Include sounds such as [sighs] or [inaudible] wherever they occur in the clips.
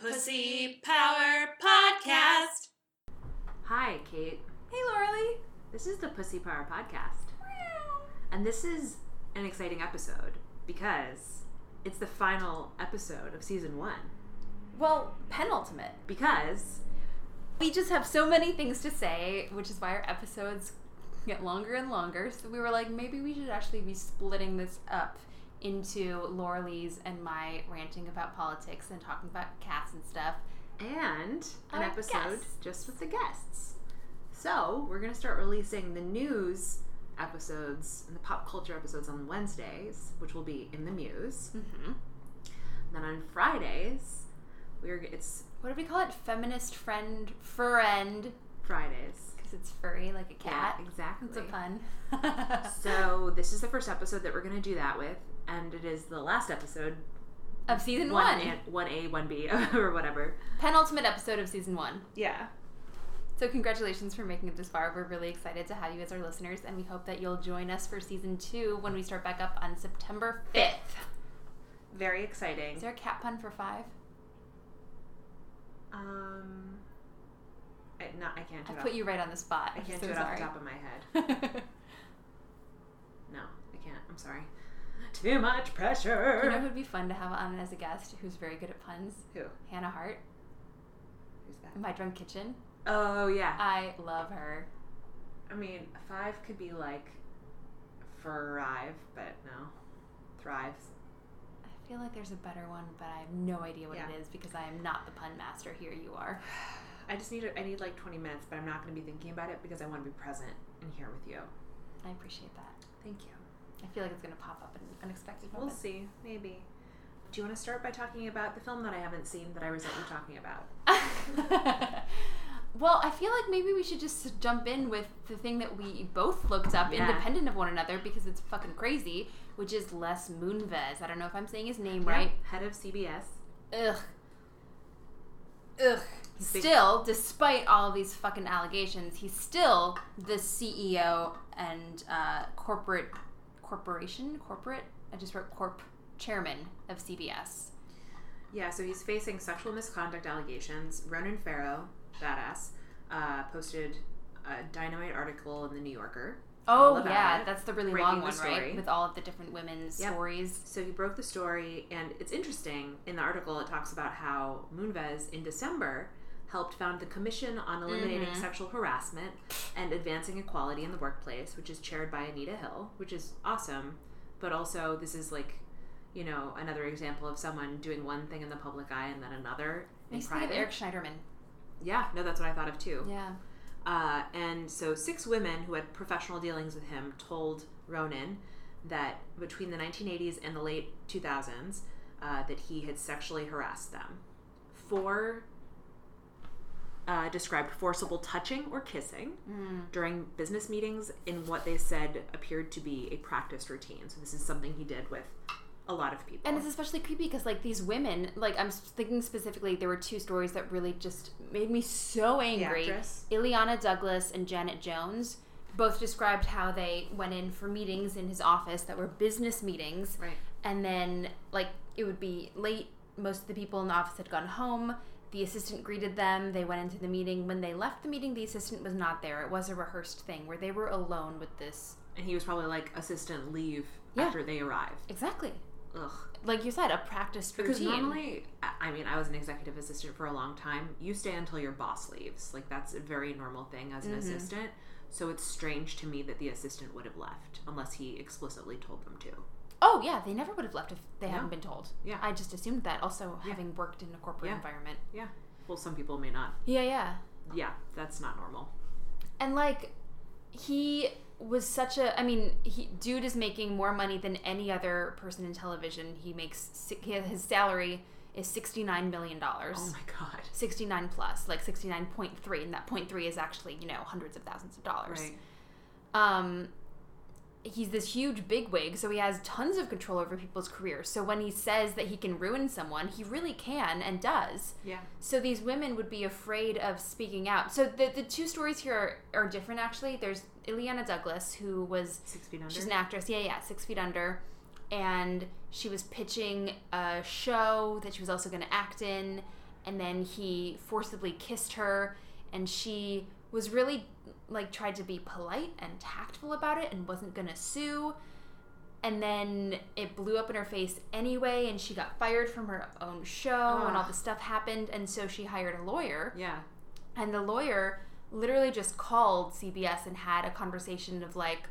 Pussy Power Podcast. Hi, Kate. Hey, Laurelie. This is the Pussy Power Podcast. And this is an exciting episode because it's the final episode of season one. Well, penultimate. Because We just have so many things to say, which is why our episodes get longer and longer. So we were like, maybe we should actually be splitting this up into Laurelie's and my ranting about politics and talking about cats and stuff. and an Our episode guests. just with the guests. So we're gonna start releasing the news episodes and the pop culture episodes on Wednesdays, which will be in the Muse. Mm-hmm. Then on Fridays, we're it's What do we call it? Feminist friend, friend, Fridays. because it's furry like a cat. Yeah, exactly. It's a pun. [laughs] So this is the first episode that we're gonna do that with, and it is the last episode [laughs] of season one one, and- one A, one B, [laughs] or whatever. penultimate episode of season one. Yeah. So, congratulations for making it this far. We're really excited to have you as our listeners, and we hope that you'll join us for season two when we start back up on September 5th. Very Is exciting. there a cat pun for five? Um, I, no, I can't I do it. put off, you right on the spot. I I'm can't so do it off sorry. the top of my head. [laughs] No, I can't. I'm sorry. Too much pressure. you know who'd be fun to have on as a guest who's very good at puns? Who? Hannah Hart, Who's that? My Drunk Kitchen. Oh yeah. I love her. I mean, five could be like thrive, but no, thrives. I feel like there's a better one, but I have no idea what Yeah. it is because I am not the pun master. Here you are. [sighs] I just need a, I need like 20 minutes, but I'm not going to be thinking about it because I want to be present and here with you. I appreciate that. Thank you. I feel like it's going to pop up in unexpected We'll moments. see. Maybe. Do you want to start by talking about the film that I haven't seen that I resent you talking about? [laughs] well, I feel like maybe we should just jump in with the thing that we both looked up Yeah. independent of one another because it's fucking crazy, which is Les Moonves. I don't know if I'm saying his name right. Head of CBS. Ugh. Ugh. Big- Still, despite all these fucking allegations, he's still the CEO and uh, corporate corporation corporate. I just wrote corp chairman of CBS. Yeah, so he's facing sexual misconduct allegations. Ronan Farrow, badass, uh, posted a dynamite article in the New Yorker. All Oh about yeah, it. that's the really Breaking long the one, story. right? With all of the different women's Yep. stories. So he broke the story, and it's interesting. In the article, it talks about how Moonves in December helped found the Commission on Eliminating Mhm. Sexual Harassment and Advancing Equality in the Workplace, which is chaired by Anita Hill, which is awesome. But also, this is like, you know, another example of someone doing one thing in the public eye and then another in Makes me think of private. Eric Schneiderman. yeah, no, that's what I thought of too. Yeah. Uh, and so, six women who had professional dealings with him told Ronan that between the 1980s and the late 2000s, uh, that he had sexually harassed them. Four uh, described forcible touching or kissing Mm. during business meetings in what they said appeared to be a practiced routine. So, this is something he did with a lot of people. And it's especially creepy because, like, these women, like, I'm thinking specifically, there were two stories that really just made me so The angry. actress. Ileana Douglas and Janet Jones both described how they went in for meetings in his office that were business meetings. Right. And then, like, it would be late. Most of the people in the office had gone home. The assistant greeted them. They went into the meeting. When they left the meeting, the assistant was not there. It was a rehearsed thing where they were alone with this. And he was probably like, assistant, leave Yeah. after they arrived. Exactly. Ugh. Like you said, a practiced routine. Because normally, I- I mean, I was an executive assistant for a long time. You stay until your boss leaves. Like that's a very normal thing as an Mm-hmm. assistant. So it's strange to me that the assistant would have left unless he explicitly told them to. Oh yeah, they never would have left if they No. hadn't been told. Yeah. I just assumed that. Also, Yeah. having worked in a corporate Yeah. environment. Yeah. Well, some people may not. Yeah, yeah. Yeah, that's not normal. Oh And like, he was such a. I mean, he dude is making more money than any other person in television. He makes si- he- his salary is sixty nine million dollars. Oh my god. 69 plus like 69.3 and that point 0.3 is actually you know hundreds of thousands of dollars Right. um he's this huge bigwig, so he has tons of control over people's careers. So when he says that he can ruin someone, he really can and does. Yeah. So these women would be afraid of speaking out. So the the two stories here are, are different actually. There's Ileana Douglas who was Six feet under. She's an actress. Yeah, yeah, Six Feet Under. And she was pitching a show that she was also going to act in. and then he forcibly kissed her and she was really like tried to be polite and tactful about it and wasn't going to sue and then it blew up in her face anyway and she got fired from her own show and all Ugh. this stuff happened and so she hired a lawyer Yeah. and the lawyer literally just called CBS and had a conversation of like,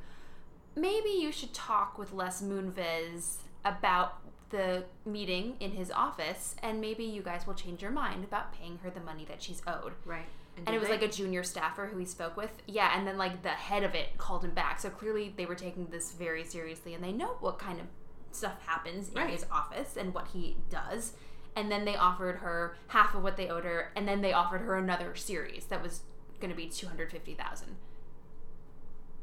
maybe you should talk with Les Moonves about the meeting in his office, and maybe you guys will change your mind about paying her the money that she's owed. Right. And it was like a junior staffer who he spoke with. Yeah, and then like the head of it called him back. So clearly they were taking this very seriously and they know what kind of stuff happens in Right. his office and what he does. And then they offered her half of what they owed her, and then they offered her another series that was going to be 250,000.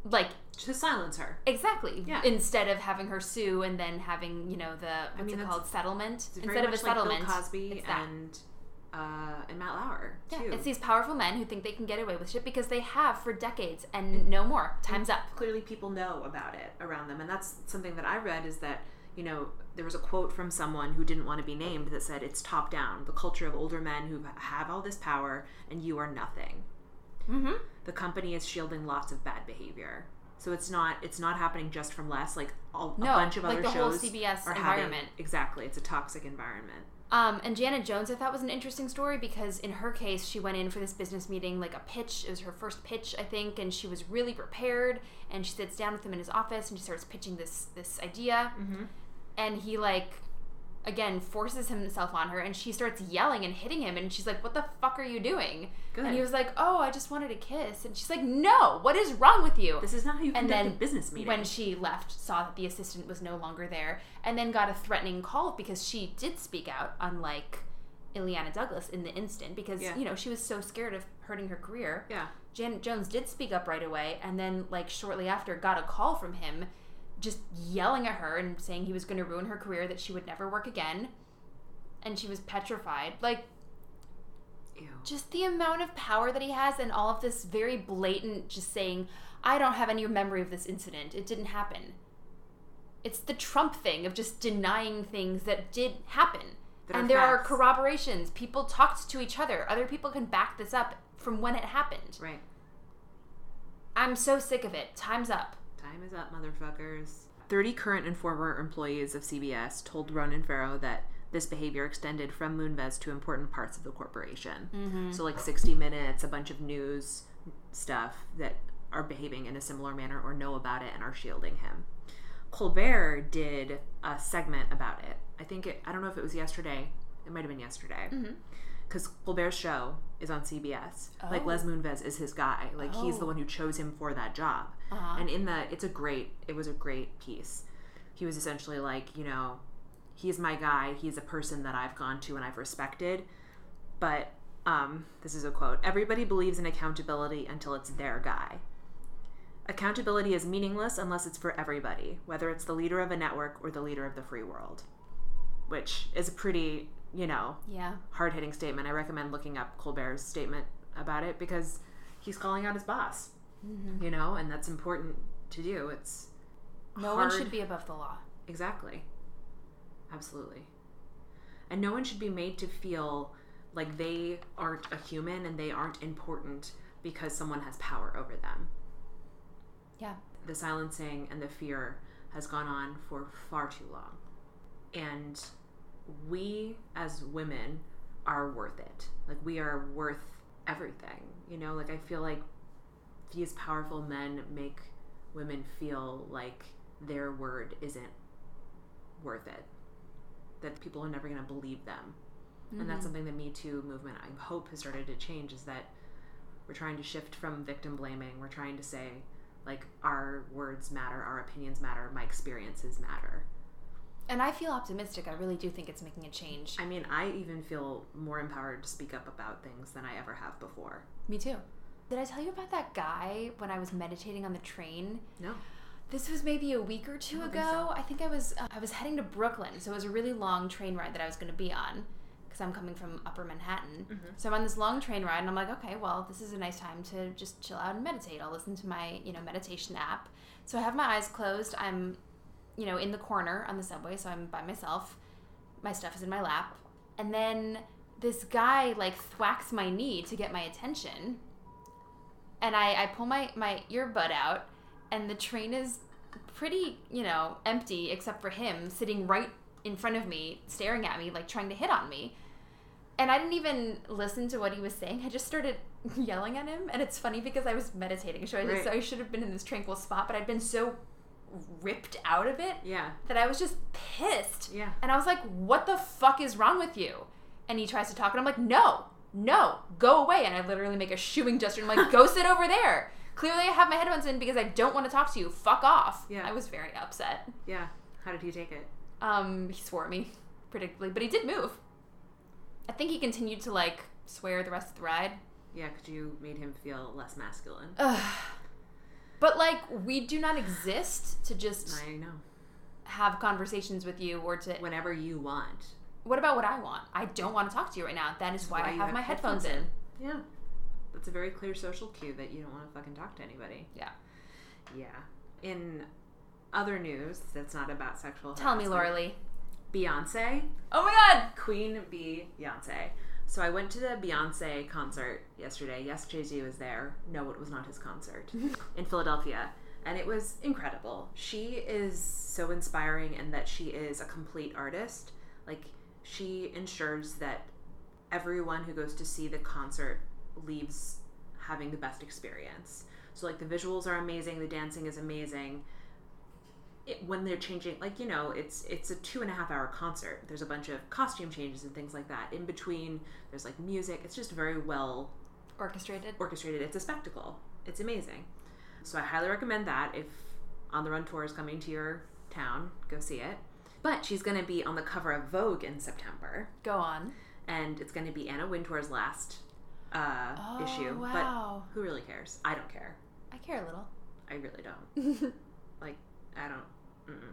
Like to silence her. exactly. Yeah. Instead of having her sue and then having, you know, the what's mean, it that's- called settlement It's very instead of a much like Bill settlement. Cosby it's that. and uh, and Matt Lauer Yeah, too. it's these powerful men who think they can get away with shit because they have for decades and no more. Time's up. clearly people know about it around them and that's something that i read is that you know there was a quote from someone who didn't want to be named that said it's top down the culture of older men who have all this power and you are nothing Mm-hmm. the company is shielding lots of bad behavior so it's not it's not happening just from less like a, a No, bunch of like other the whole shows CBS are environment. having, exactly it's a toxic environment Um, and Janet Jones, I thought was an interesting story because in her case, she went in for this business meeting like a pitch. It was her first pitch, I think, and she was really prepared. And she sits down with him in his office and she starts pitching this this idea. mm-hmm. And he like, again, forces himself on her, and she starts yelling and hitting him. And she's like, "What the fuck are you doing?" good And he was like, "Oh, I just wanted a kiss." And she's like, "No, what is wrong with you?" this is not how you and conduct a then business meeting when she left saw that the assistant was no longer there and then got a threatening call because she did speak out unlike Ileana Douglas in the instant because Yeah. you know she was so scared of hurting her career. yeah Janet Jones did speak up right away and then like shortly after got a call from him just yelling at her and saying he was going to ruin her career that she would never work again and she was petrified. Like Ew. just the amount of power that he has and all of this very blatant just saying i don't have any memory of this incident it didn't happen it's the trump thing of just denying things that did happen That and there facts. are corroborations people talked to each other other people can back this up from when it happened right i'm so sick of it time's up Time is up, motherfuckers. 30 current and former employees of CBS told Ronan Farrow that this behavior extended from Moonves to important parts of the corporation. Mm-hmm. So, like 60 Minutes, a bunch of news stuff that are behaving in a similar manner or know about it and are shielding him. Colbert did a segment about it. I think it, I don't know if it was yesterday. It might have been yesterday. Mm-hmm. Because Colbert's show is on CBS. Like, Oh. Les Moonves is his guy. Like, he's the Oh. one who chose him for that job. uh-huh. And in the, it's a great, it was a great piece. He was essentially like, you know, he's my guy. He's a person that I've gone to and I've respected. But um, this is a quote everybody believes in accountability until it's their guy. Accountability is meaningless unless it's for everybody, whether it's the leader of a network or the leader of the free world, which is a pretty, you know, yeah hard hitting statement. I recommend looking up Colbert's statement about it because he's calling out his boss, Mm-hmm. you know, and that's important to do. It's no hard- one should be above the law exactly, absolutely, and no one should be made to feel like they aren't a human and they aren't important because someone has power over them. yeah The silencing and the fear has gone on for far too long, and we as women are worth it. Like we are worth everything. You know, like I feel like these powerful men make women feel like their word isn't worth it. That people are never going to believe them. And Mm-hmm. that's something the Me Too movement I hope has started to change is that we're trying to shift from victim blaming. We're trying to say like our words matter, our opinions matter, my experiences matter. and i feel optimistic i really do think it's making a change I mean, I even feel more empowered to speak up about things than I ever have before. me too did i tell you about that guy when i was meditating on the train No. This was maybe a week or two I don't ago. think I think I was uh, I was heading to Brooklyn, so it was a really long train ride that I was going to be on because I'm coming from Upper Manhattan. So I'm on this long train ride, and I'm like, okay, well, this is a nice time to just chill out and meditate. I'll listen to my you know meditation app. So I have my eyes closed. I'm you know in the corner on the subway, so I'm by myself. My stuff is in my lap, and then this guy like thwacks my knee to get my attention. And I, I pull my, my earbud out, and the train is pretty, you know, empty except for him sitting right in front of me, staring at me, like trying to hit on me. And I didn't even listen to what he was saying. I just started [laughs] yelling at him. And it's funny because I was meditating. So I, just, Right. I should have been in this tranquil spot, but I'd been so ripped out of it Yeah. that I was just pissed. Yeah. And I was like, what the fuck is wrong with you? And he tries to talk, and I'm like, no, no, go away. And I literally make a shooing gesture. and I'm like, [laughs] go sit over there. Clearly, I have my headphones in because I don't want to talk to you. Fuck off. Yeah. I was very upset. Yeah. How did he take it? Um, he swore at me, predictably, but he did move. I think he continued to like swear the rest of the [sighs] ride. Yeah, because you made him feel less masculine. Ugh. But like, we do not exist to just I know. have conversations with you or to Whenever you want. What about what I want? I don't want to talk to you right now. That is why, why I you have have my headphones, headphones in. Yeah. That's a very clear social cue that you don't want to fucking talk to anybody. Yeah. Yeah. In other news that's not about sexual Tell me, harassment, Laura Lee. Beyonce. Oh my god! Queen Beyonce. So I went to the Beyonce concert yesterday. Yes, Jay Z was there. No, it was not his concert in Philadelphia. And it was incredible. She is so inspiring in that she is a complete artist. Like, she ensures that everyone who goes to see the concert leaves having the best experience. So, like, the visuals are amazing, the dancing is amazing, it, when they're changing like you know it's it's a two and a half hour concert there's a bunch of costume changes and things like that in between there's like music it's just very well Orchestrated. orchestrated it's a spectacle it's amazing so i highly recommend that if on the run tour is coming to your town go see it but she's going to be on the cover of vogue in september Go on. and it's going to be anna wintour's last uh, issue Oh, Wow. but who really cares i don't care I care a little. i really don't like I don't, mm-mm.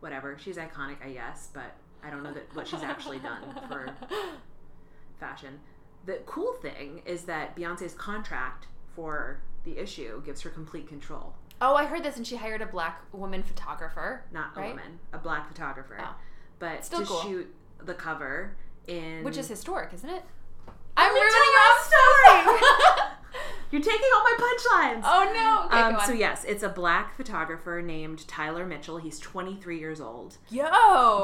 whatever. She's iconic, I guess, but I don't know that what she's actually done [laughs] [laughs] for fashion. The cool thing is that Beyonce's contract for the issue gives her complete control. Oh, I heard this, and she hired a black woman photographer, Not a Right. woman, a black photographer, Oh. but Still to cool. shoot the cover in which is historic, isn't it? I'm ruining my your You're taking all my punchlines. [laughs] oh no. [laughs] Okay, Um, go on. so yes, it's a black photographer named Tyler Mitchell. He's 23 years old. Yo.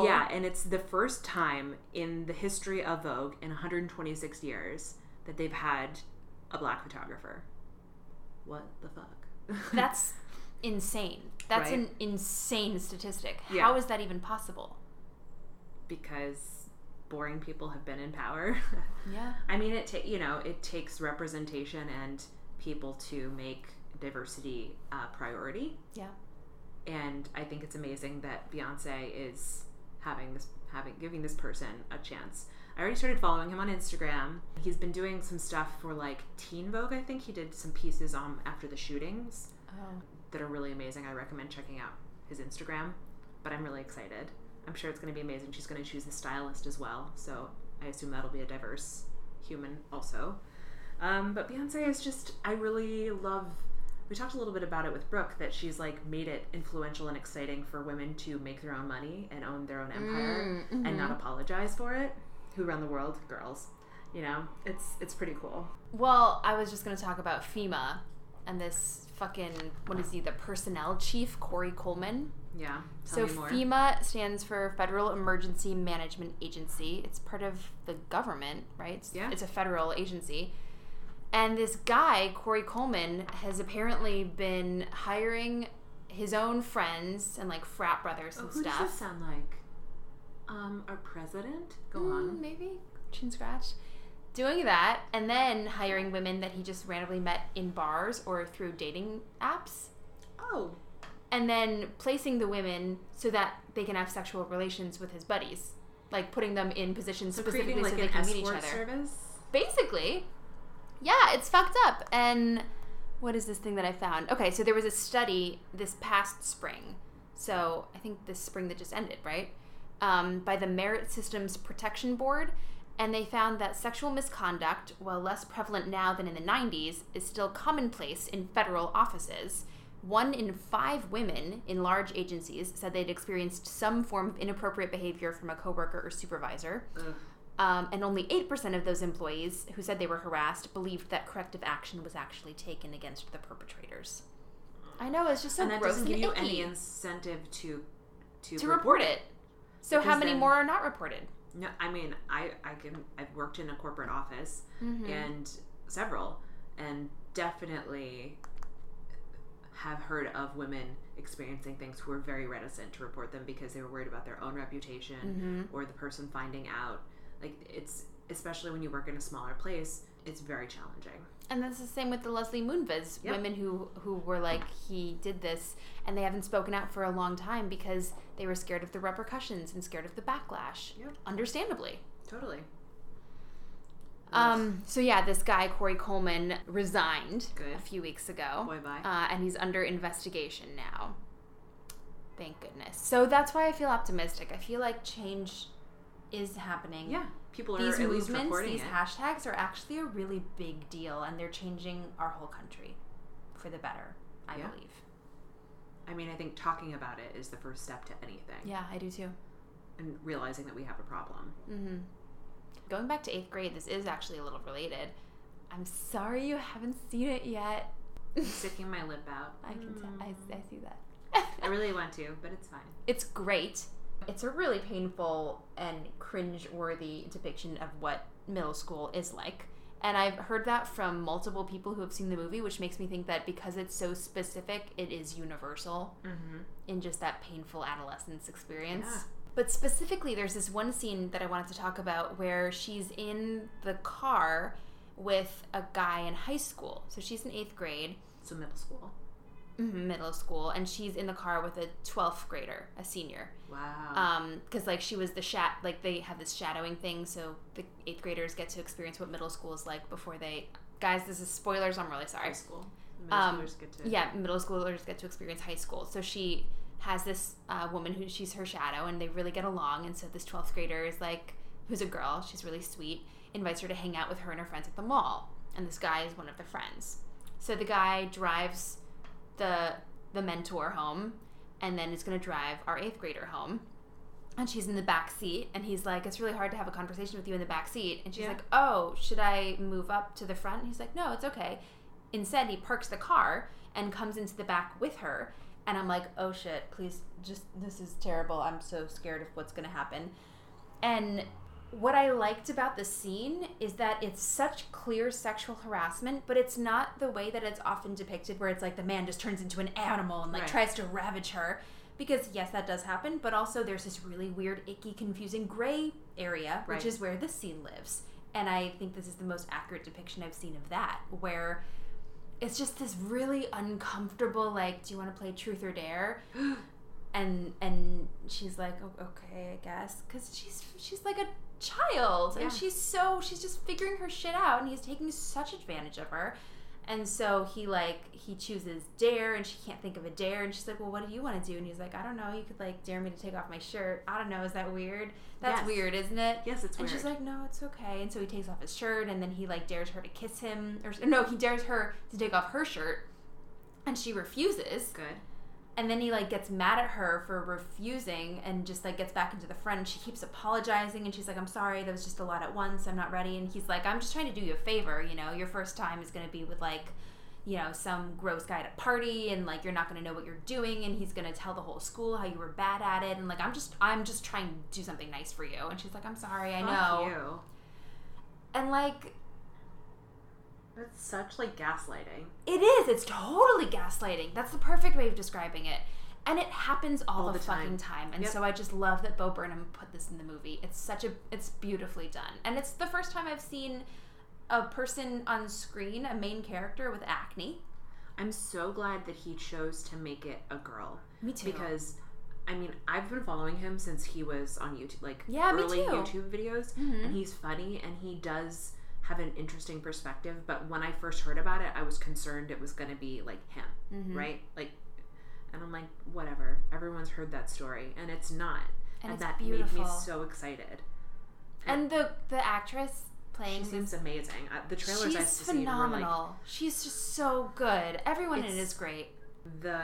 Yeah, and it's the first time in the history of Vogue in 126 years that they've had a black photographer. What the fuck? That's insane. That's Right? an insane statistic. Yeah. How is that even possible? [laughs] because boring people have been in power. [laughs] Yeah. I mean, it ta- you know it takes representation and people to make diversity a priority. Yeah. and I think it's amazing that Beyonce is having this having giving this person a chance. I already started following him on Instagram. He's been doing some stuff for like Teen Vogue. I think he did some pieces um after the shootings Oh. that are really amazing. I recommend checking out his Instagram. But I'm really excited. I'm sure it's going to be amazing. She's going to choose a stylist as well, so I assume that'll be a diverse human also. Um, but Beyonce is just, I really love. We talked a little bit about it with Brooke that she's like made it influential and exciting for women to make their own money and own their own empire Mm, mhm. and not apologize for it. Who run the world? Girls. You know, it's it's pretty cool. Well, I was just going to talk about FEMA and this fucking what is he? The personnel chief, Corey Coleman. Yeah. so Tell me more. FEMA stands for Federal Emergency Management Agency. It's part of the government, right? It's- Yeah. It's a federal agency. And this guy, Corey Coleman, has apparently been hiring his own friends and like frat brothers Oh, and who stuff. does this sound like? Um, our president? Go Mm, on. Maybe chin scratch. Doing that and then hiring women that he just randomly met in bars or through dating apps Oh, and then placing the women so that they can have sexual relations with his buddies. Like putting them in positions so specifically creating like so they an can meet each escort other. service. Basically, yeah, it's fucked up. And what is this thing that I found? Okay, so there was a study this past spring. So I think this spring that just ended, right? Um, by the Merit Systems Protection Board. And they found that sexual misconduct, while less prevalent now than in the 90s, is still commonplace in federal offices. One in five women in large agencies said they'd experienced some form of inappropriate behavior from a coworker or supervisor. Ugh. Um, and only 8% of those employees who said they were harassed believed that corrective action was actually taken against the perpetrators. I know, it's just so and that gross doesn't give and you icky any incentive to to, to report it. So, how Because many then- more are not reported? No, I mean I I can I've worked in a corporate office Mhm. and several and definitely have heard of women experiencing things who were very reticent to report them because they were worried about their own reputation Mhm. or the person finding out. Like it's especially when you work in a smaller place, it's very challenging. And that's the same with the Leslie Moonves Yep. women who who were like he did this and they haven't spoken out for a long time because they were scared of the repercussions and scared of the backlash. Yep. Understandably. Totally. Um, so yeah, this guy Corey Coleman resigned a Good. few weeks ago, boy bye. uh, and he's under investigation now. Thank goodness. So that's why I feel optimistic. I feel like change is happening. yeah, people are These at least movements, reporting these it. hashtags are actually a really big deal, and they're changing our whole country for the better. I Yeah. believe. I mean, I think talking about it is the first step to anything, Yeah, I do too. and realizing that we have a problem. Mm-hmm. Going back to eighth grade, this is actually a little related. I'm sorry you haven't seen it yet. Sticking my lip out. [laughs] Mm. I can tell. I, I see I that. really want to, but it's fine. it's great. It's a really painful and cringe-worthy depiction of what middle school is like. And I've heard that from multiple people who have seen the movie, which makes me think that because it's so specific, it is universal Mm-hmm. in just that painful adolescence experience. Yeah. But specifically, there's this one scene that I wanted to talk about where she's in the car with a guy in high school. So she's in eighth grade, mm-hmm, So middle school. middle school, and she's in the car with a 12th grader, a senior. Wow. Um, because like she was the shat, like they have this shadowing thing, so the eighth graders get to experience what middle school is like before they. Guys, this is spoilers. I'm really sorry. High school. Middle um, schoolers get to. yeah, middle schoolers get to experience high school. So she has this uh, woman who she's her shadow, and they really get along. And so this 12th grader is like, who's a girl, she's really sweet, invites her to hang out with her and her friends at the mall. And this guy is one of the friends. So the guy drives the the mentor home, and then is going to drive our eighth grader home. And she's in the back seat, and he's like, "It's really hard to have a conversation with you in the back seat." And she's Yeah. like, "Oh, should I move up to the front?" And he's like, "No, it's okay." Instead, he parks the car and comes into the back with her. And I'm like, oh shit, please, just, this is terrible. I'm so scared of what's gonna happen. And what I liked about the scene is that it's such clear sexual harassment, but it's not the way that it's often depicted, where it's like the man just turns into an animal and like Right. tries to ravage her. Because yes, that does happen, but also there's this really weird, icky, confusing gray area, which Right. is where this scene lives. And I think this is the most accurate depiction I've seen of that, where it's just this really uncomfortable like do you want to play truth or dare and and she's like "O- okay i guess because she's she's like a child Yeah. and she's so she's just figuring her shit out and he's taking such advantage of her and so he like he chooses dare and she can't think of a dare and she's like well what do you want to do and he's like i don't know you could like dare me to take off my shirt i don't know is that weird that's Yes. weird isn't it [gasps] Yes, it's and weird. she's like, no, it's okay. And so he takes off his shirt, and then he like dares her to kiss him, or no, he dares her to take off her shirt, and she refuses. Good. And then he like gets mad at her for refusing, and just like gets back into the front. And she keeps apologizing, and she's like, I'm sorry, that was just a lot at once. I'm not ready. And he's like, I'm just trying to do you a favor. You know, your first time is gonna be with like. You know, some gross guy at a party, and like you're not gonna know what you're doing, and he's gonna tell the whole school how you were bad at it, and like I'm just, I'm just trying to do something nice for you. And she's like, I'm sorry, I Fuck know. you. And like That's such like gaslighting. it is, it's totally gaslighting. That's the perfect way of describing it. And it happens all, All the, the fucking time. And Yep. so I just love that Bo Burnham put this in the movie. It's such a it's beautifully done. And it's the first time I've seen a person on screen, a main character with acne. I'm so glad that he chose to make it a girl Me too. because, I mean, I've been following him since he was on YouTube, like Yeah, me early too. YouTube videos, Mhm. and he's funny and he does have an interesting perspective. But when I first heard about it, I was concerned it was going to be like him, Mhm. right? Like, and I'm like, whatever. Everyone's heard that story, and it's not. and, it's that beautiful. made me so excited. and the the actress playing this- She seems amazing. Uh, the trailers I've she's seen were like phenomenal. she's just so good. Everyone in it It's- is great. the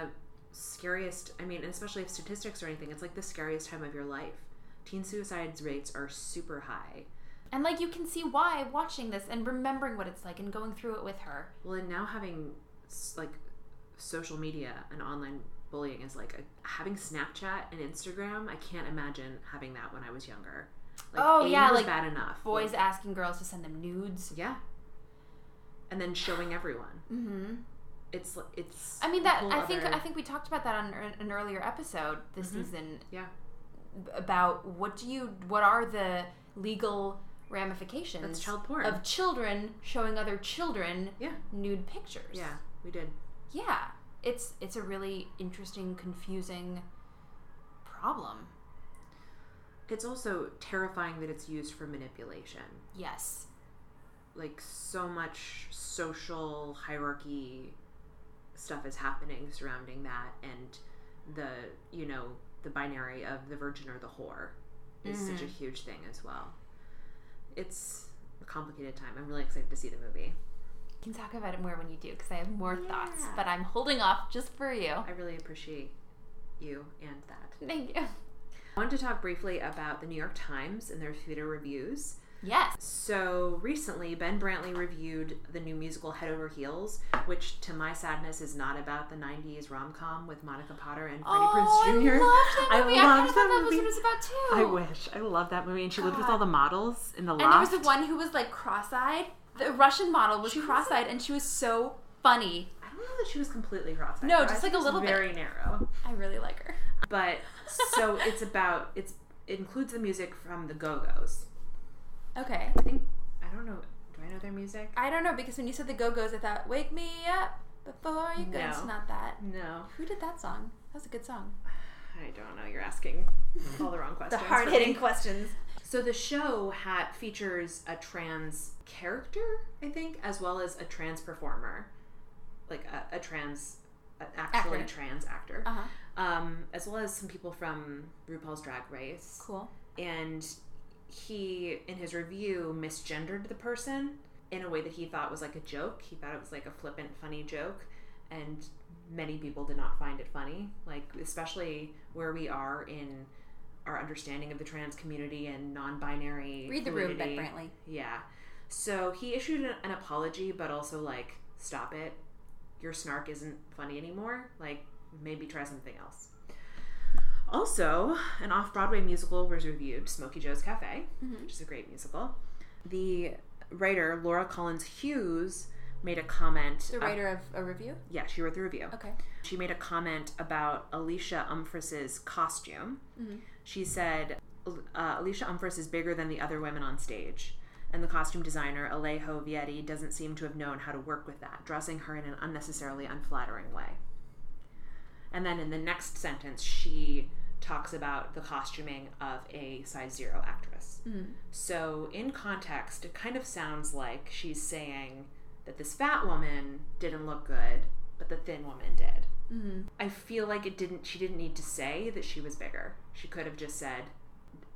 scariest i mean and especially if statistics or anything it's like the scariest time of your life teen suicides rates are super high And like you can see why watching this and remembering what it's like and going through it with her. Well, and now having s- like social media and online bullying is like a, having Snapchat and Instagram. I can't imagine having that when I was younger. Like, Oh, AIM yeah, was like, bad enough. Boys Like, asking girls to send them nudes. yeah, and then showing everyone. Mm-hmm. It's li- it's. I mean a that whole I think other- I think we talked about that on ear- an earlier episode this Mhm. season. Yeah. About what do you what are the legal ramifications that's child porn. of children showing other children Yeah. nude pictures. yeah, we did. Yeah. It's it's a really interesting, confusing problem. It's also terrifying that it's used for manipulation. Yes. Like so much social hierarchy stuff is happening surrounding that, and the you know the binary of the virgin or the whore is such a Mhm. huge thing as well. It's a complicated time. I'm really excited to see the movie. You can talk about it more when you do because I have more thoughts, Yeah. but I'm holding off just for you. I really appreciate you and that. Thank you. I wanted to talk briefly about the New York Times and their theater reviews. Yes. So recently, Ben Brantley reviewed the new musical Head Over Heels, which, to my sadness, is not about the '90s rom-com with Monica Potter and Freddie Prinze Jr. Oh, [laughs] I loved that movie. I, loved kind of thought that was what it was about too. I wish I loved that movie, and she lived with God. all the models in the And there was loft. the one who was like cross-eyed. The Russian model was She was, cross-eyed, and she was so funny. I don't know that she was completely cross. No, just like a little bit. very narrow. I really like her. But so it's about it's it includes the music from the Go Go's. Okay. I think I don't know. Do I know their music? I don't know because when you said the Go Go's, I thought "Wake Me Up Before You Go." No. It's not that. No, Who did that song? That was a good song. I don't know. You're asking all the wrong The questions. for me. hard-hitting questions. So the show ha- features a trans character, I think, as well as a trans performer, like a, a trans, an actually Actor. trans actor, Uh huh. um, as well as some people from RuPaul's Drag Race. Cool. And he, in his review, misgendered the person in a way that he thought was like a joke. He thought it was like a flippant, funny joke, and many people did not find it funny. Like especially where we are in our understanding of the trans community and non-binary. Read the room, Ben community. Brantley. Yeah. So he issued an, an apology, but also like, stop it. Your snark isn't funny anymore. Like, maybe try something else. Also, an off Broadway musical was reviewed, Smokey Joe's Cafe, Mhm. which is a great musical. The writer, Laura Collins Hughes, made a comment. The uh, writer of a review. yeah, she wrote the review. Okay. She made a comment about Alicia Umfris's costume. Mhm. She said, uh, Alicia Umfris is bigger than the other women on stage. And the costume designer, Alejo Vietti, doesn't seem to have known how to work with that, dressing her in an unnecessarily unflattering way. And then in the next sentence, she talks about the costuming of a size zero actress. Mm. So, in context, it kind of sounds like she's saying that this fat woman didn't look good, but the thin woman did. Mm-hmm. I feel like it didn't. She didn't need to say that she was bigger. She could have just said,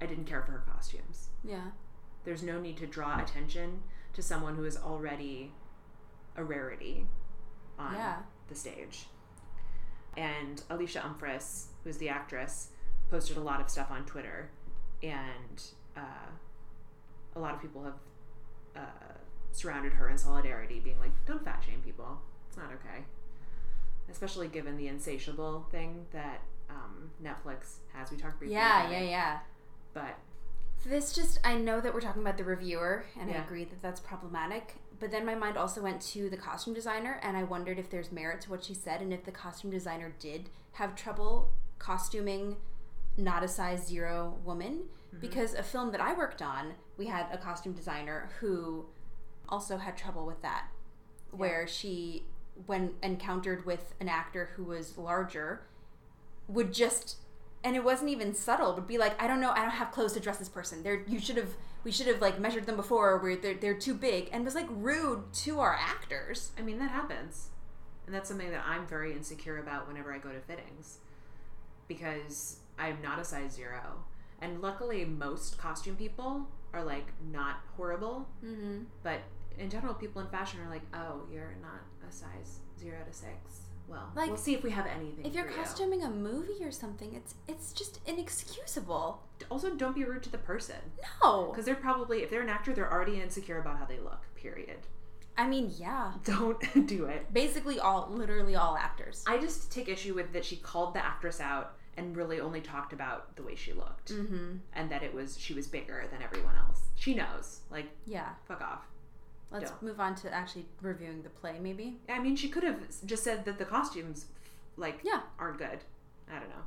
"I didn't care for her costumes." Yeah. There's no need to draw attention to someone who is already a rarity on Yeah. the stage. And Alicia Umfris, who's the actress, posted a lot of stuff on Twitter, and uh, a lot of people have uh, surrounded her in solidarity, being like, "Don't fat shame people. It's not okay." Especially given the insatiable thing that um, Netflix has. We talked briefly. Yeah, about yeah, it, yeah. But This just, I know that we're talking about the reviewer, and I Yeah. agree that that's problematic. But then my mind also went to the costume designer, and I wondered if there's merit to what she said, and if the costume designer did have trouble costuming not a size zero woman. Because a film that I worked on, we had a costume designer who also had trouble with that, where she, when encountered with an actor who was larger, would just and it wasn't even subtle would be like i don't know i don't have clothes to dress this person they're you should have we should have like measured them before where they're, they're too big and was like rude to our actors I mean, that happens. And that's something that I'm very insecure about whenever I go to fittings because I'm not a size zero. And luckily, most costume people are like not horrible, mm-hmm. but in general, people in fashion are like, oh, you're not a size zero to six. Well, Like, we'll see if we have anything. If you're for you. costuming a movie or something, it's it's just inexcusable. also don't be rude to the person No. because they're probably if they're an actor, they're already insecure about how they look. Period. [laughs] I mean, yeah. Don't [laughs] do it. Basically all literally all actors. I just take issue with that she called the actress out and really only talked about the way she looked Mhm. and that it was she was bigger than everyone else. She knows. Like, Yeah. fuck off. Let's Don't. move on to actually reviewing the play maybe. I mean, she could have just said that the costumes, like, Yeah. aren't good. I don't know.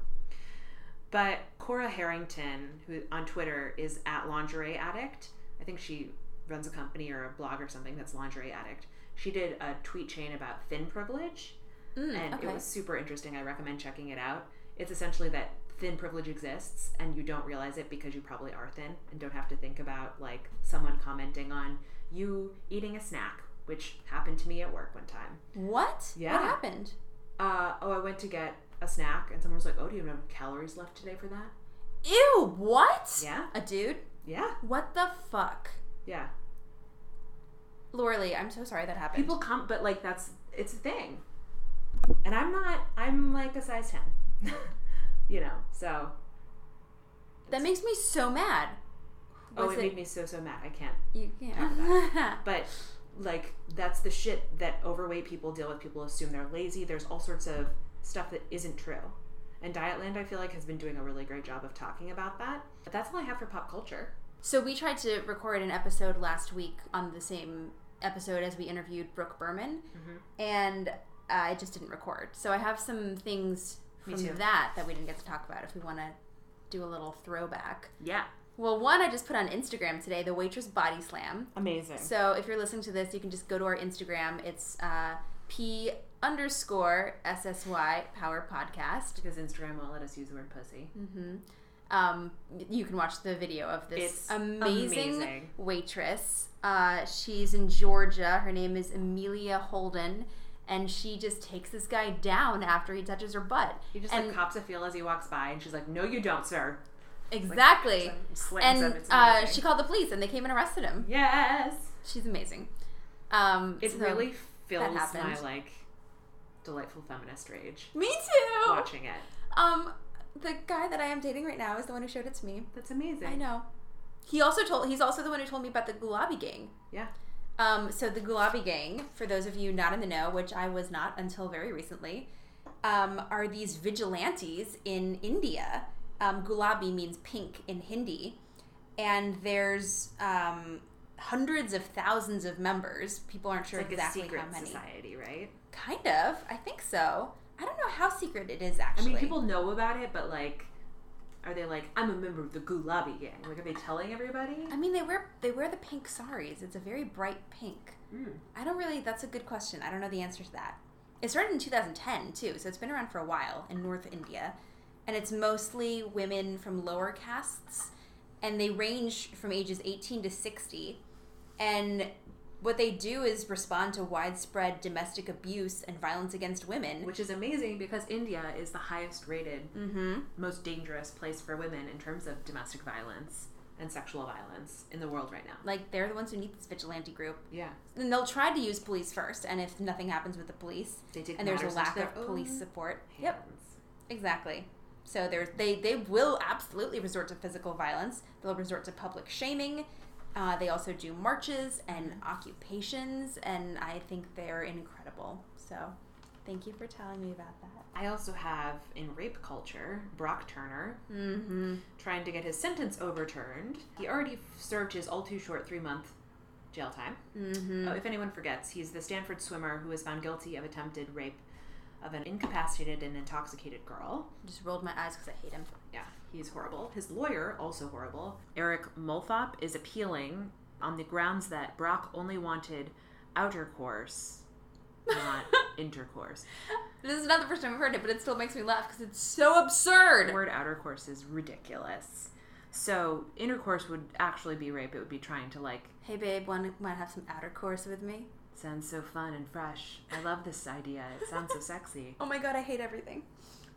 But Cora Harrington, who on Twitter is at lingerie addict, I think she runs a company or a blog or something that's lingerie addict. She did a tweet chain about thin privilege, Mm, and okay. it was super interesting. I recommend checking it out. It's essentially that thin privilege exists, and you don't realize it because you probably are thin and don't have to think about like someone commenting on you eating a snack, which happened to me at work one time what? Yeah. What happened? uh, oh, I went to get a snack, and someone was like, oh, do you have calories left today for that? Ew, what? Yeah, A dude? yeah, What the fuck? yeah. Laura Lee, I'm so sorry that happened. People come, but like that's it's a thing, and I'm not. I'm like a size ten, [laughs] you know. So that makes me so mad. oh, Was it, made me so so mad. I can't. you Talk yeah. But like that's the shit that overweight people deal with. People assume they're lazy. There's all sorts of stuff that isn't true. And Dietland, I feel like, has been doing a really great job of talking about that. But that's all I have for pop culture. [laughs] So we tried to record an episode last week on the same episode as we interviewed Brooke Berman, Mm-hmm. and uh, I just didn't record. So I have some things Me from too. that that we didn't get to talk about. If we want to do a little throwback, Yeah, well, one I just put on Instagram today, the waitress body slam. amazing. So if you're listening to this, you can just go to our Instagram. It's uh, p underscore ssy power podcast. because Instagram won't let us use the word pussy. hmm Um, you can watch the video of this It's amazing, amazing. waitress. Uh, she's in Georgia. Her name is Amelia Holden, and she just takes this guy down after he touches her butt. He just And- like cops a feel as he walks by, and she's like, "No, you don't, sir." Exactly. Slams him. and It's uh, amazing. she called the police, and they came and arrested him. yes, She's amazing. Um, it so- really fills my happened. like delightful feminist rage Me too. watching it. Um, the guy that I am dating right now is the one who showed it to me. That's amazing. I know. He also told. He's also the one who told me about the Gulabi Gang. Yeah. Um, so the Gulabi Gang, for those of you not in the know, which I was not until very recently, um, are these vigilantes in India. Um, Gulabi means pink in Hindi, and there's um, hundreds of thousands of members. People aren't It's sure like exactly a secret how many. society, right? Kind of, I think so. I don't know how secret it is I actually. mean, people know about it, but like, are they like, "I'm a member of the Gulabi Gang"? Like, are they telling everybody? I mean, they wear they wear the pink saris. It's a very bright pink. Mm. I don't really. That's a good question. I don't know the answer to that. It started in 2010 too, so it's been around for a while in North India, and it's mostly women from lower castes, and they range from ages 18 to 60, and what they do is respond to widespread domestic abuse and violence against women. Which is amazing because India is the highest rated Mm-hmm. most dangerous place for women in terms of domestic violence and sexual violence in the world right now. Like they're the ones who need this vigilante group. Yeah, And they'll try to use police first, and if nothing happens with the police, they take and Oh. there's a matters lack into of their police own support. Yep, hands. exactly. So there's they they will absolutely resort to physical violence. They'll resort to public shaming. Uh, they also do marches and occupations, and I think they're incredible. So, thank you for telling me about that. I also have in rape culture Brock Turner Mm-hmm. trying to get his sentence overturned. He already f- served his all too short three month jail time. Mm-hmm. Oh, if anyone forgets, he's the Stanford swimmer who was found guilty of attempted rape of an incapacitated and intoxicated girl. Just rolled my eyes because I hate him. Yeah, he's horrible. His lawyer, also horrible, Eric Multhop, is appealing on the grounds that Brock only wanted outer course, not intercourse. This is not the first time I've heard it, but it still makes me laugh because it's so absurd. The word outer course is ridiculous. So intercourse would actually be rape. It would be trying to like Hey babe, want want to have some outer course with me? sounds so fun and fresh. I love this idea. It sounds so sexy. Oh my god, I hate everything.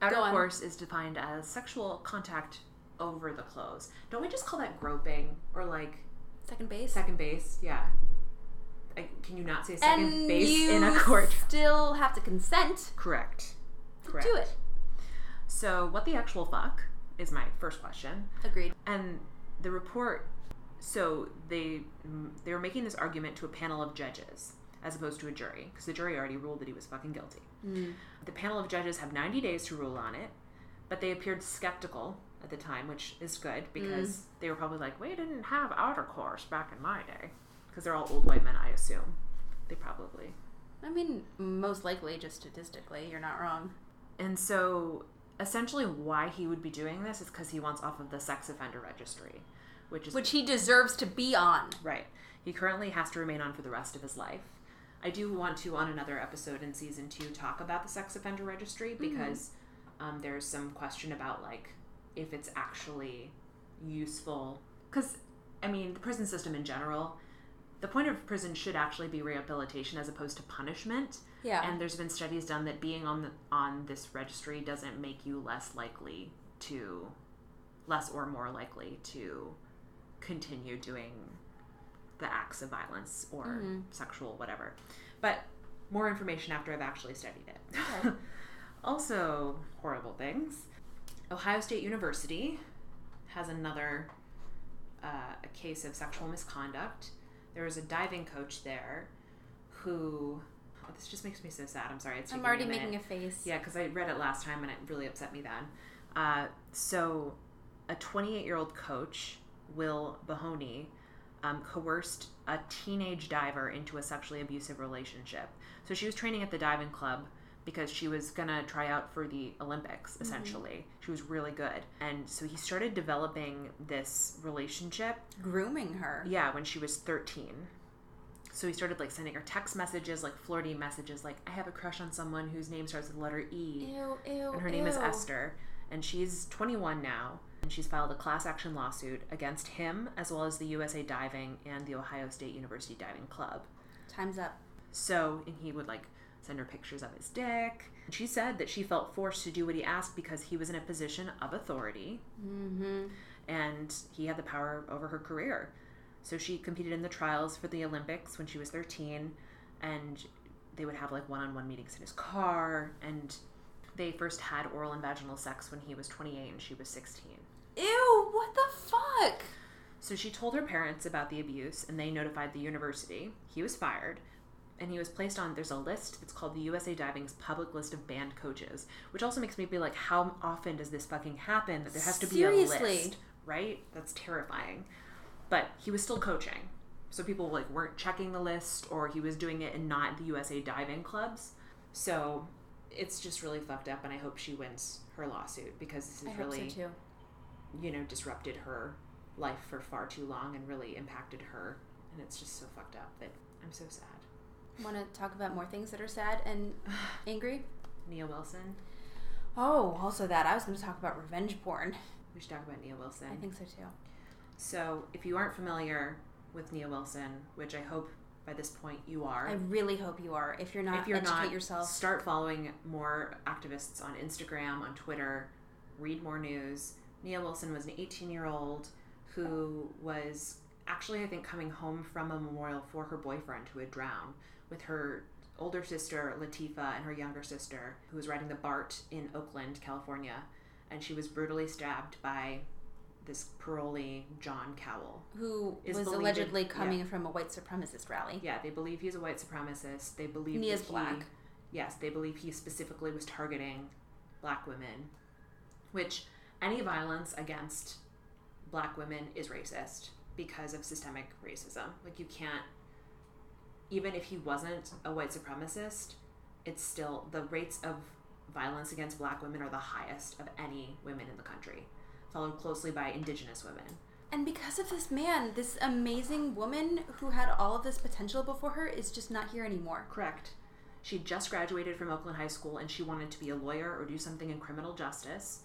Outer Go on. course is defined as sexual contact over the clothes. Don't we just call that groping or like Second base. second base? Yeah. I, can you not say second and base you in a court? still have to consent Correct. to Correct. do it. So, what the actual fuck is my first question. Agreed. And the report, so they they were making this argument to a panel of judges as opposed to a jury because the jury already ruled that he was fucking guilty. The panel of judges have 90 days to rule on it, but they appeared skeptical at the time, which is good because they were probably like, we didn't have intercourse back in my day because they're all old white men, I assume. They probably I mean, most likely, just statistically, you're not wrong. And so essentially why he would be doing this is because he wants off of the sex offender registry, which is Which he deserves to be on. right. He currently has to remain on for the rest of his life. I do want to on another episode in season two talk about the sex offender registry because um, there's some question about like if it's actually useful because I mean the prison system in general, the point of prison should actually be rehabilitation as opposed to punishment. Yeah. And there's been studies done that being on the, on this registry doesn't make you less likely to less or more likely to continue doing the acts of violence or Mm-hmm. sexual whatever. But more information after I've actually studied it. [laughs] Okay. also, horrible things. Ohio State University has another uh, a case of sexual misconduct. There was a diving coach there who. Oh, this just makes me so sad. I'm sorry. It's I'm taking already me a minute. making a face. Yeah, because I read it last time and it really upset me then. Uh, so, a 28 year old coach, Will Bahoney, um, coerced a teenage diver into a sexually abusive relationship. So, she was training at the diving club because she was going to try out for the Olympics, essentially. She was really good. And so, he started developing this relationship Grooming her. yeah, when she was 13. So he started like sending her text messages, like flirty messages, like I have a crush on someone whose name starts with the letter E, Ew, ew. and her name is ew. Esther, and she's 21 now, and she's filed a class action lawsuit against him as well as the USA Diving and the Ohio State University Diving Club. Time's up. So, and he would like send her pictures of his dick. She said that she felt forced to do what he asked because he was in a position of authority Mm-hmm. and he had the power over her career. So she competed in the trials for the Olympics when she was 13, and they would have like one on one meetings in his car. And they first had oral and vaginal sex when he was 28 and she was 16. Ew, what the fuck? So she told her parents about the abuse, and they notified the university. He was fired, and he was placed on there's a list that's called the USA Diving's public list of banned coaches, which also makes me be like, how often does this fucking happen that there has to be a Seriously. list, right? That's terrifying. But he was still coaching, so people like weren't checking the list, or he was doing it in not the USA Diving clubs. So it's just really fucked up, and I hope she wins her lawsuit because this is I hope really so too. you know, disrupted her life for far too long and really impacted her. And it's just so fucked up that I'm so sad. Want to talk about more things that are sad and [sighs] angry? Nia Wilson. Oh, also that. I was going to talk about revenge porn. We should talk about Nia Wilson. I think so too. So, if you aren't familiar with Nia Wilson, which I hope by this point you are, I really hope you are. If you're not, if you're educate not, yourself. start following more activists on Instagram, on Twitter, read more news. Nia Wilson was an 18 year old who was actually, I think, coming home from a memorial for her boyfriend who had drowned with her older sister, Latifa, and her younger sister, who was riding the BART in Oakland, California. And she was brutally stabbed by this parolee, John Cowell. Who is was believed- allegedly yeah. coming from a white supremacist rally? Yeah, they believe he's a white supremacist. They believe Nia's that he- black. Yes, they believe he specifically was targeting black women, which any violence against black women is racist because of systemic racism. Like you can't even if he wasn't a white supremacist, it's still the rates of violence against black women are the highest of any women in the country, followed closely by indigenous women. And because of this man, this amazing woman who had all of this potential before her is just not here anymore. Correct. She just graduated from Oakland High School and she wanted to be a lawyer or do something in criminal justice.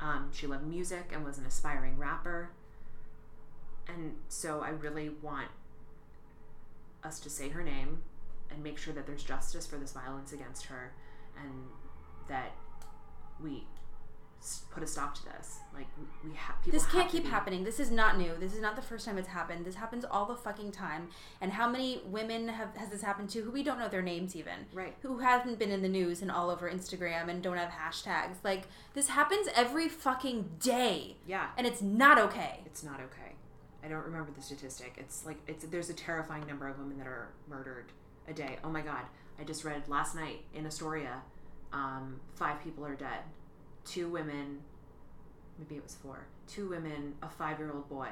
Um, she loved music and was an aspiring rapper. And so I really want us to say her name and make sure that there's justice for this violence against her and that we s- put a stop to this. Like we have people. This have can't to keep be- happening. This is not new. This is not the first time it's happened. This happens all the fucking time. And how many women have has this happened to who we don't know their names even? Right. Who haven't been in the news and all over Instagram and don't have hashtags. Like this happens every fucking day. Yeah. And it's not okay. It's not okay. I don't remember the statistic. It's like it's there's a terrifying number of women that are murdered a day. Oh my god! I just read last night in Astoria, um, five people are dead. Two women, maybe it was four. Two women, a five-year-old boy,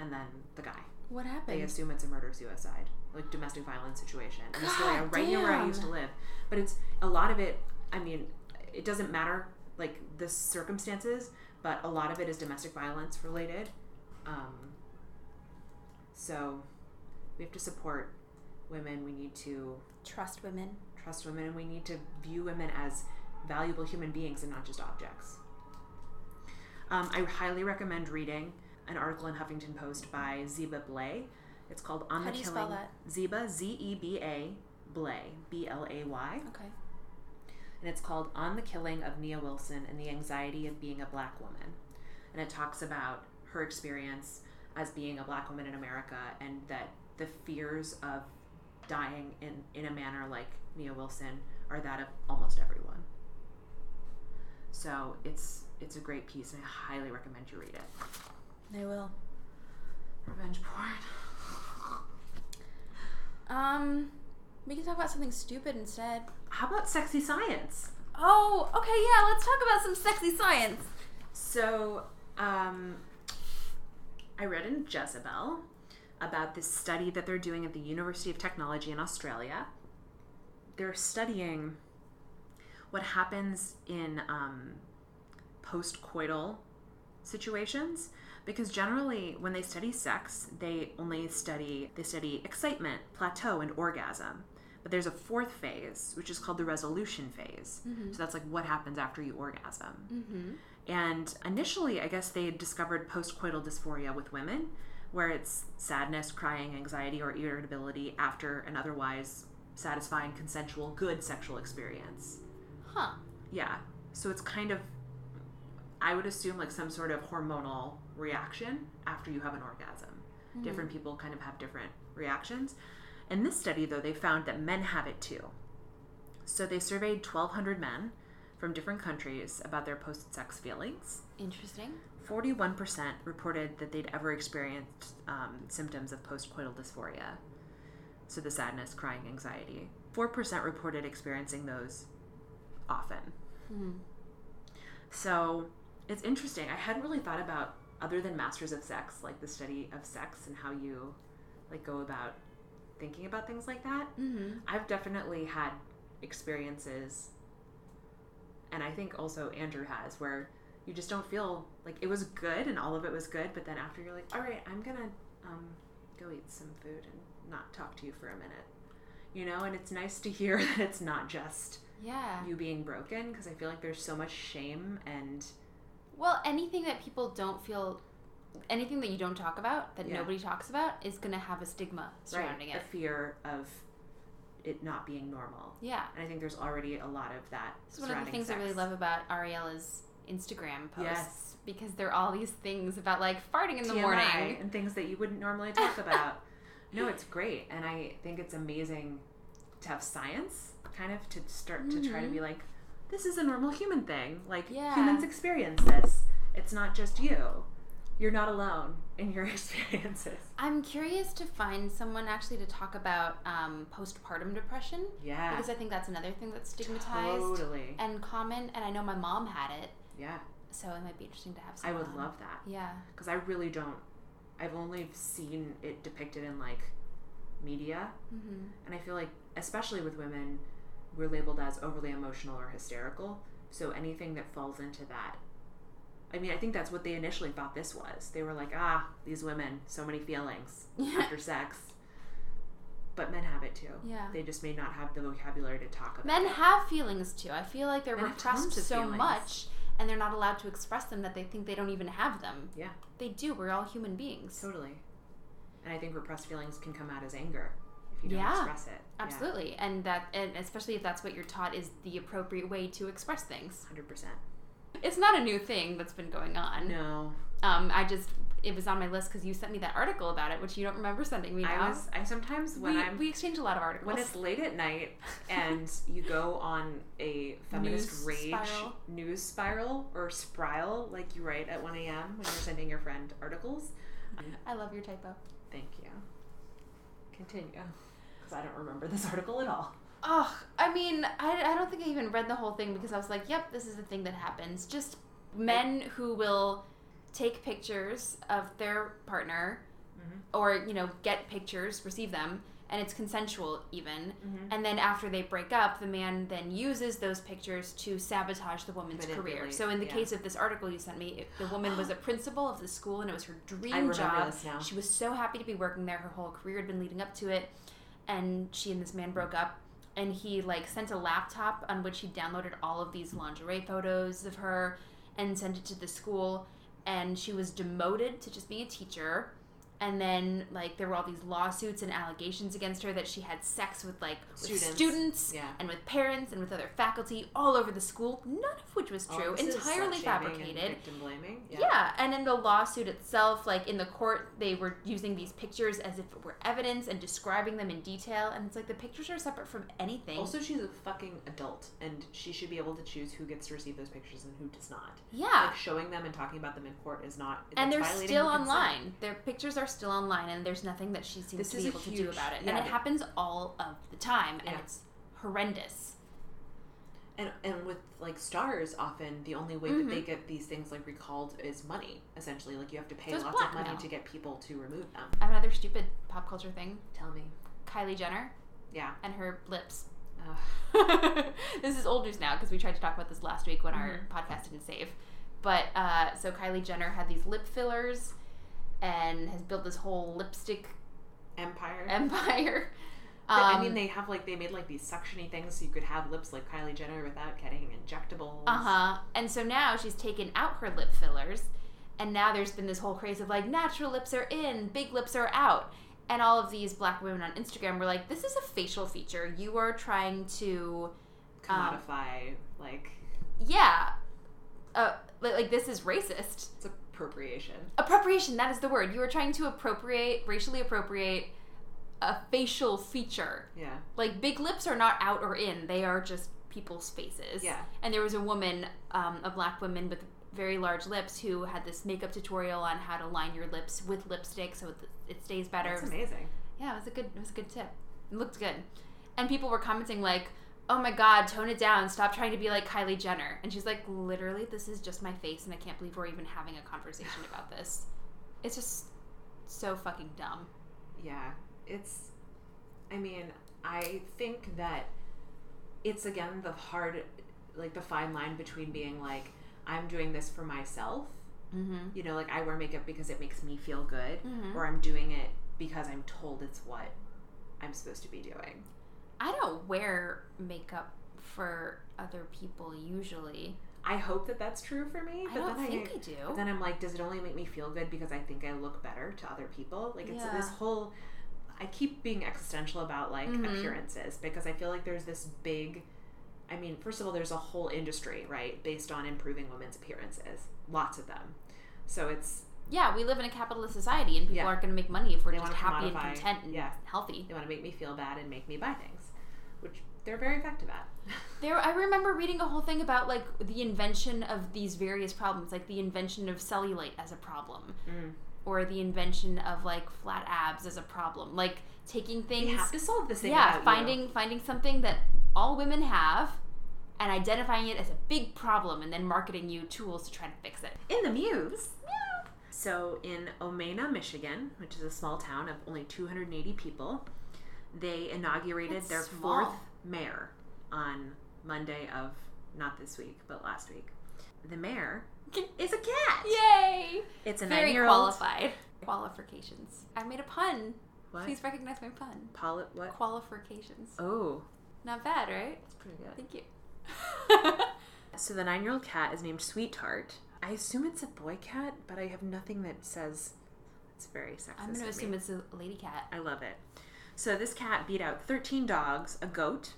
and then the guy. What They happened? assume it's a murder suicide, like domestic violence situation. In Astoria, God right near where I damn. used to live. But it's a lot of it. I mean, it doesn't matter like the circumstances, but a lot of it is domestic violence related. Um, so we have to support women. We need to Trust women. trust women, and we need to view women as valuable human beings and not just objects. Um, I highly recommend reading an article in Huffington Post by Zeba Blay. It's called "On How the do you Killing." spell that? Zeba Z E B A Blay B L A Y, Okay. and it's called "On the Killing of Nia Wilson and the Anxiety of Being a Black Woman," and it talks about her experience as being a black woman in America and that the fears of dying in in a manner like Nia Wilson are that of almost everyone. So it's it's a great piece, and I highly recommend you read it. I will. Revenge porn. Um we can talk about something stupid instead. How about sexy science? Oh, okay, yeah, let's talk about some sexy science. So, um, I read in Jezebel about this study that they're doing at the University of Technology in Australia. They're studying what happens in um, post coital situations because generally when they study sex they only study they study excitement plateau and orgasm but there's a fourth phase which is called the resolution phase so that's like what happens after you orgasm Mm-hmm. and initially, I guess they had discovered postcoital dysphoria with women, where it's sadness, crying, anxiety, or irritability after an otherwise satisfying, consensual, good sexual experience. Huh. Yeah. So it's kind of, I would assume, like some sort of hormonal reaction after you have an orgasm. Hmm. Mm. Different people kind of have different reactions. In this study, though, they found that men have it too. So they surveyed 1,200 men from different countries about their post sex feelings. Interesting. 41% reported that they'd ever experienced um, symptoms of postcoital dysphoria. So the sadness, crying, anxiety. 4% reported experiencing those often. Hmm. Mhm. So it's interesting. I hadn't really thought about, other than Masters of Sex, like the study of sex and how you like go about thinking about things like that. Mm-hmm. I've definitely had experiences, and I think also Andrew has, where you just don't feel like it was good and all of it was good, but then after you're like, all right, I'm gonna um, go eat some food and not talk to you for a minute. You know, and it's nice to hear [laughs] that it's not just Yeah. you being broken because I feel like there's so much shame and Well, anything that people don't feel, anything that you don't talk about, that Yeah. nobody talks about, is going to have a stigma surrounding right, it. a fear of it not being normal. Yeah. And I think there's already a lot of that. This is one of the surrounding things I really sex. love about Ariela's Instagram posts Yes. because there are all these things about like farting in the TMI morning. and things that you wouldn't [laughs] normally talk about. no, it's great, and I think it's amazing to have science kind of to start to try to Mhm. be like, this is a normal human thing. Like Yeah. humans experience this. It's not just you. You're not alone in your [laughs] experiences. I'm curious to find someone actually to talk about um, postpartum depression Yeah, because I think that's another thing that's stigmatized totally. and common. And I know my mom had it, Yeah, so it might be interesting to have I someone. would love that Yeah. because I really don't. I've only seen it depicted in like media [laughs] Mm-hmm. And I feel like, especially with women, we're labeled as overly emotional or hysterical. So anything that falls into that, I mean, I think that's what they initially thought this was. They were like, ah, these women, so many feelings Yeah. after sex. But men have it too. yeah. They just may not have the vocabulary to talk about. Men have feelings too. I feel like they're Men have repressed tons of so feelings. much and they're not allowed to express them that they think they don't even have them. Yeah. They do. We're all human beings. Totally. And I think repressed feelings can come out as anger if you don't Yeah. express it. Yeah, Absolutely. And that and especially if that's what you're taught is the appropriate way to express things. 100%. It's not a new thing that's been going on. No, Um, I just it was on my list because you sent me that article about it, which you don't remember sending me. Now. I was. I sometimes when we, I'm we exchange a lot of articles. when [laughs] it's late at night and you go on a feminist News rage spiral. news spiral or spiral like you write at 1 a.m. when you're sending your friend articles. I love your typo. Thank you. Continue. [laughs] Because I don't remember this article at all. Ugh, I mean, I, I don't think I even read the whole thing because I was like, yep, this is the thing that happens. Just men who will take pictures of their partner Mhm. or, you know, get pictures, receive them, and it's consensual even. Mm-hmm. And then after they break up, the man then uses those pictures to sabotage the woman's career. Manipulate, So in the yeah. case of this article you sent me, it- the woman [gasps] was a principal of the school and it was her I dream remember job. this now. She was so happy to be working there. Her whole career had been leading up to it. And she and this man broke up. And he, like, sent a laptop on which he downloaded all of these lingerie photos of her and sent it to the school. And she was demoted to just being a teacher. And then, like, there were all these lawsuits and allegations against her that she had sex with, like, with Students. students Yeah. and with parents and with other faculty all over the school, none of which was All true, Oh, this is entirely slut shaming and fabricated. Victim blaming. Yeah. and in the lawsuit itself, like in the court, they were using these pictures as if it were evidence and describing them in detail. And it's like the pictures are separate from anything. Also, she's a fucking adult, and she should be able to choose who gets to receive those pictures and who does not. yeah, Like showing them and talking about them in court is not. and that's they're violating still her consent. online. Their pictures are still online, and there's nothing that she seems This to is be a able to do huge- about it. yeah, and it the- happens all of the time, and Yeah. it's horrendous. And and with like stars, often the only way Mhm. that they get these things like recalled is money. Essentially, like you have to pay So it's lots of money blackmail. to get people to remove them. I have another stupid pop culture thing Tell me. Kylie Jenner Yeah. and her lips. Ugh. [laughs] Mm-hmm. this is old news now because we tried to talk about this last week when our podcast didn't save. But uh, so Kylie Jenner had these lip fillers and has built this whole [laughs] lipstick Empire. empire. But, I mean, Um, they have like they made like these suctiony things so you could have lips like Kylie Jenner without getting injectables. Uh huh. And so now she's taken out her lip fillers, and now there's been this whole craze of like natural lips are in, big lips are out. And all of these black women on Instagram were like, this is a facial feature. You are trying to, Um, Commodify like yeah, uh, li- like this is racist. it's appropriation. appropriation that is the word you were trying to appropriate racially appropriate a facial feature Yeah. like big lips are not out or in they are just people's faces Yeah. and there was a woman um, a black woman with very large lips who had this makeup tutorial on how to line your lips with lipstick so it, it stays better That's It was- amazing. yeah it was a good it was a good tip it looked good and people were commenting like oh my god tone it down stop trying to be like kylie jenner and she's like literally this is just my face and i can't believe we're even having a conversation [sighs] about this it's just so fucking dumb Yeah. It's I mean, I think that it's again the hard like the fine line between being like I'm doing this for myself, mm-hmm you know, like I wear makeup because it makes me feel good Mhm. or I'm doing it because I'm told it's what I'm supposed to be doing. i don't wear makeup for other people usually I hope that that's true for me, i but don't then think I i But do then I'm like, does it only make me feel good because I think I look better to other people? Like it's this Yeah. whole. I keep being existential about like Mhm. appearances because I feel like there's this big. I mean, first of all, there's a whole industry right based on improving women's appearances. Lots of them. So it's yeah we live in a capitalist society and people Yeah. aren't going to make money if we're They just wanna happy and commodify- content and yeah. healthy they want to make me feel bad and make me buy things, which they're very effective at. [laughs] There, I remember reading a whole thing about like the invention of these various problems, like the invention of cellulite as a problem, Mm. or the invention of like flat abs as a problem, like taking We things, have to solve this thing. yeah, about you. finding finding something that all women have, and identifying it as a big problem, and then marketing you tools to try to fix it. in the Muse. So in Omena, Michigan, which is a small town of only 280 people, they inaugurated That's their small. fourth mayor on Monday of not this week, but last week. The mayor is a cat. Yay! It's a Very nine-year-old. qualified qualifications. I made a pun. What? Please recognize my pun. Poly- what? Qualifications. Oh, Not bad, right? that's pretty good. Thank you. [laughs] So the nine-year-old cat is named Sweet Tart. I assume it's a boy cat, but I have nothing that says. It's very sexist. I'm going of to assume me. it's a lady [laughs] cat. I love it. So this cat beat out 13 dogs, a goat,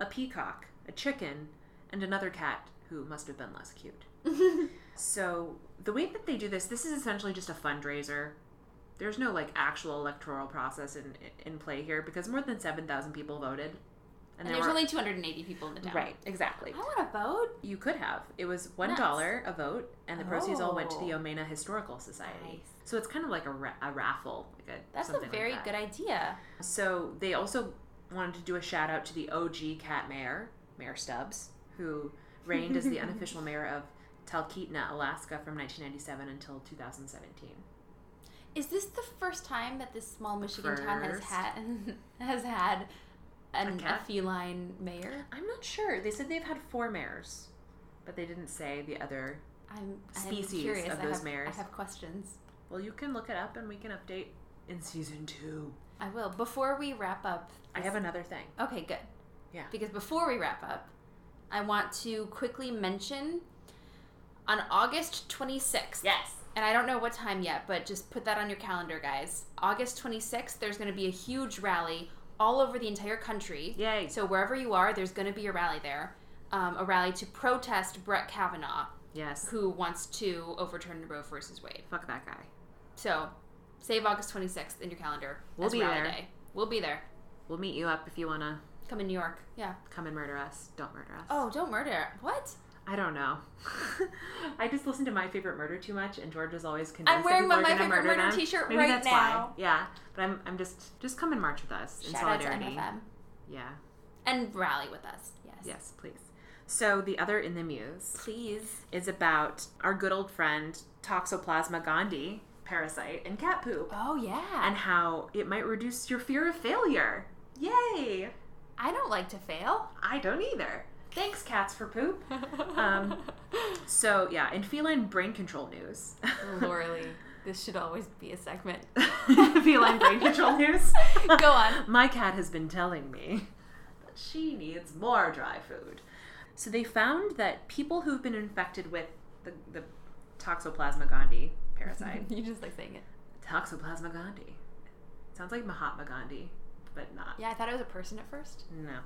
a peacock, a chicken, and another cat who must have been less cute. So the way that they do this, this is essentially just a fundraiser. There's no like actual electoral process in in play here because more than seven thousand people voted, and there there's were- only 280 people in the town. right exactly. I want to vote. You could have. It was one Nuts. dollar a vote, and the proceeds all went to the Oh. Omena Historical Society. Nice. So it's kind of like a, ra- a raffle. Like a, That's something a very like good that. idea. So they also wanted to do a shout out to the OG cat mayor, Mayor Stubbs, who reigned as the unofficial mayor of Talkeetna, Alaska, from 1997 until 2017. Is this the first time that this small Michigan town has First. had [laughs] has had an, a, cat? feline mayor? I'm not sure. They said they've had four mayors, but they didn't say the other. I'm, I'm Species curious. of I those have, mayors. I have questions. Well, you can look it up and we can update in season two. I will. Before we wrap up, I this- have another thing. Okay, good. Yeah. Because before we wrap up, I want to quickly mention on August 26th. Yes. And I don't know what time yet, but just put that on your calendar, guys. August 26th, there's going to be a huge rally all over the entire country. Yay. So wherever you are, there's going to be a rally there. Um, a rally to protest Brett Kavanaugh, Yes. who wants to overturn Roe versus Wade. Fuck that guy. So save August 26th in your calendar. We'll as be rally there. Day. We'll be there. We'll meet you up if you want to Come in New York. Yeah. come and murder us. Don't murder us. Oh, don't murder. What? I don't know. [laughs] I just listen to My Favorite Murder too much, and George is always convinced I'm wearing that my people My are gonna Favorite murder, Murder them. t-shirt Maybe right that's now. Why. Yeah, but I'm, I'm just just come and march with us in Shout solidarity. out to MFM. Yeah, And rally with us. Yes. yes, please. So the other in the muse Please. is about our good old friend Toxoplasma gondii parasite and cat poop, Oh, yeah. and how it might reduce your fear of failure. Yay! I don't like to [laughs] fail. I don't either. Thanks, cats for [laughs] poop. Um, So yeah, in feline brain control news. Loreley, this should always be a segment. [laughs] feline brain control news. [laughs] Go on. My cat has been telling me that she needs more dry food. So they found that people who've been infected with the, the Toxoplasma gondii [laughs] parasite. you just like saying it. Toxoplasma gondii. Sounds like Mahatma Gandhi, but not. Yeah, I thought it was a person at first. No.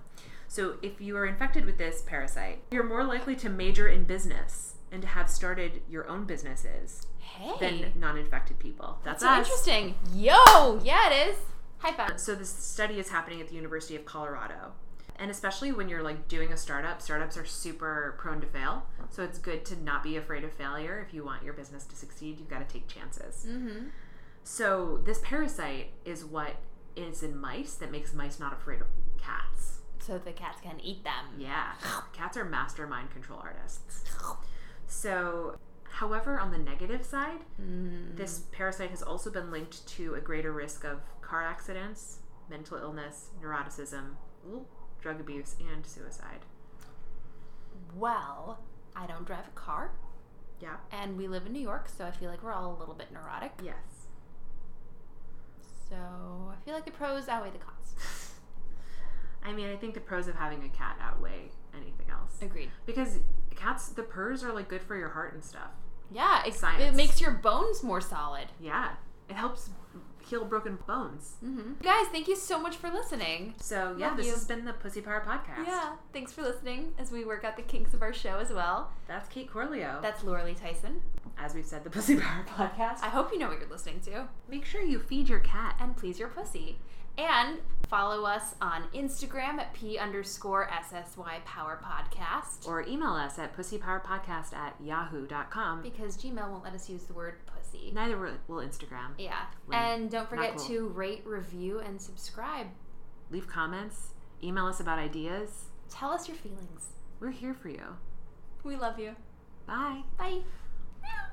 So if you are infected with this parasite, you're more likely to major in business and to have started your own businesses Hey. than non-infected people. That's, so us. interesting. Yo, yeah, it is. High five. So this study is happening at the University of Colorado. And especially when you're like doing a startup, startups are super prone to fail. So it's good to not be afraid of failure. If you want your business to succeed, you've got to take chances. Mm-hmm. So this parasite is what is in mice that makes mice not afraid of cats. So the cats can eat them. Yeah. cats are master mind control artists. So however, on the negative side, Mm. this parasite has also been linked to a greater risk of car accidents, mental illness, neuroticism, drug abuse, and suicide. Well, I don't drive a car, Yeah. and we live in New York, so I feel like we're all a little bit neurotic. Yes. So I feel like the pros outweigh the cons. I mean, I think the pros of having a cat outweigh anything else. Agreed. Because cats, the purrs are like good for your heart and stuff. Yeah, it, it Science. makes your bones more solid. Yeah. It helps heal broken bones. Mm-hmm. Guys, thank you so much for listening. So, yeah, Love this you. has been the Pussy Power Podcast. Yeah, thanks for listening as we work out the kinks of our show as well. That's Kate Corleo. That's Laura Lee Tyson. As we've said, the Pussy [laughs] Power Podcast. I hope you know what you're listening to. Make sure you feed your cat. And please your pussy. And follow us on Instagram at P underscore SSY Power Podcast. or email us at pussypowerpodcast at yahoo.com. because Gmail won't let us use the word pussy. Neither will will Instagram. Yeah. Lame. And don't forget cool. to rate, review, and subscribe. Leave comments, email us about ideas. Tell us your feelings. We're here for you. We love you. Bye. Bye.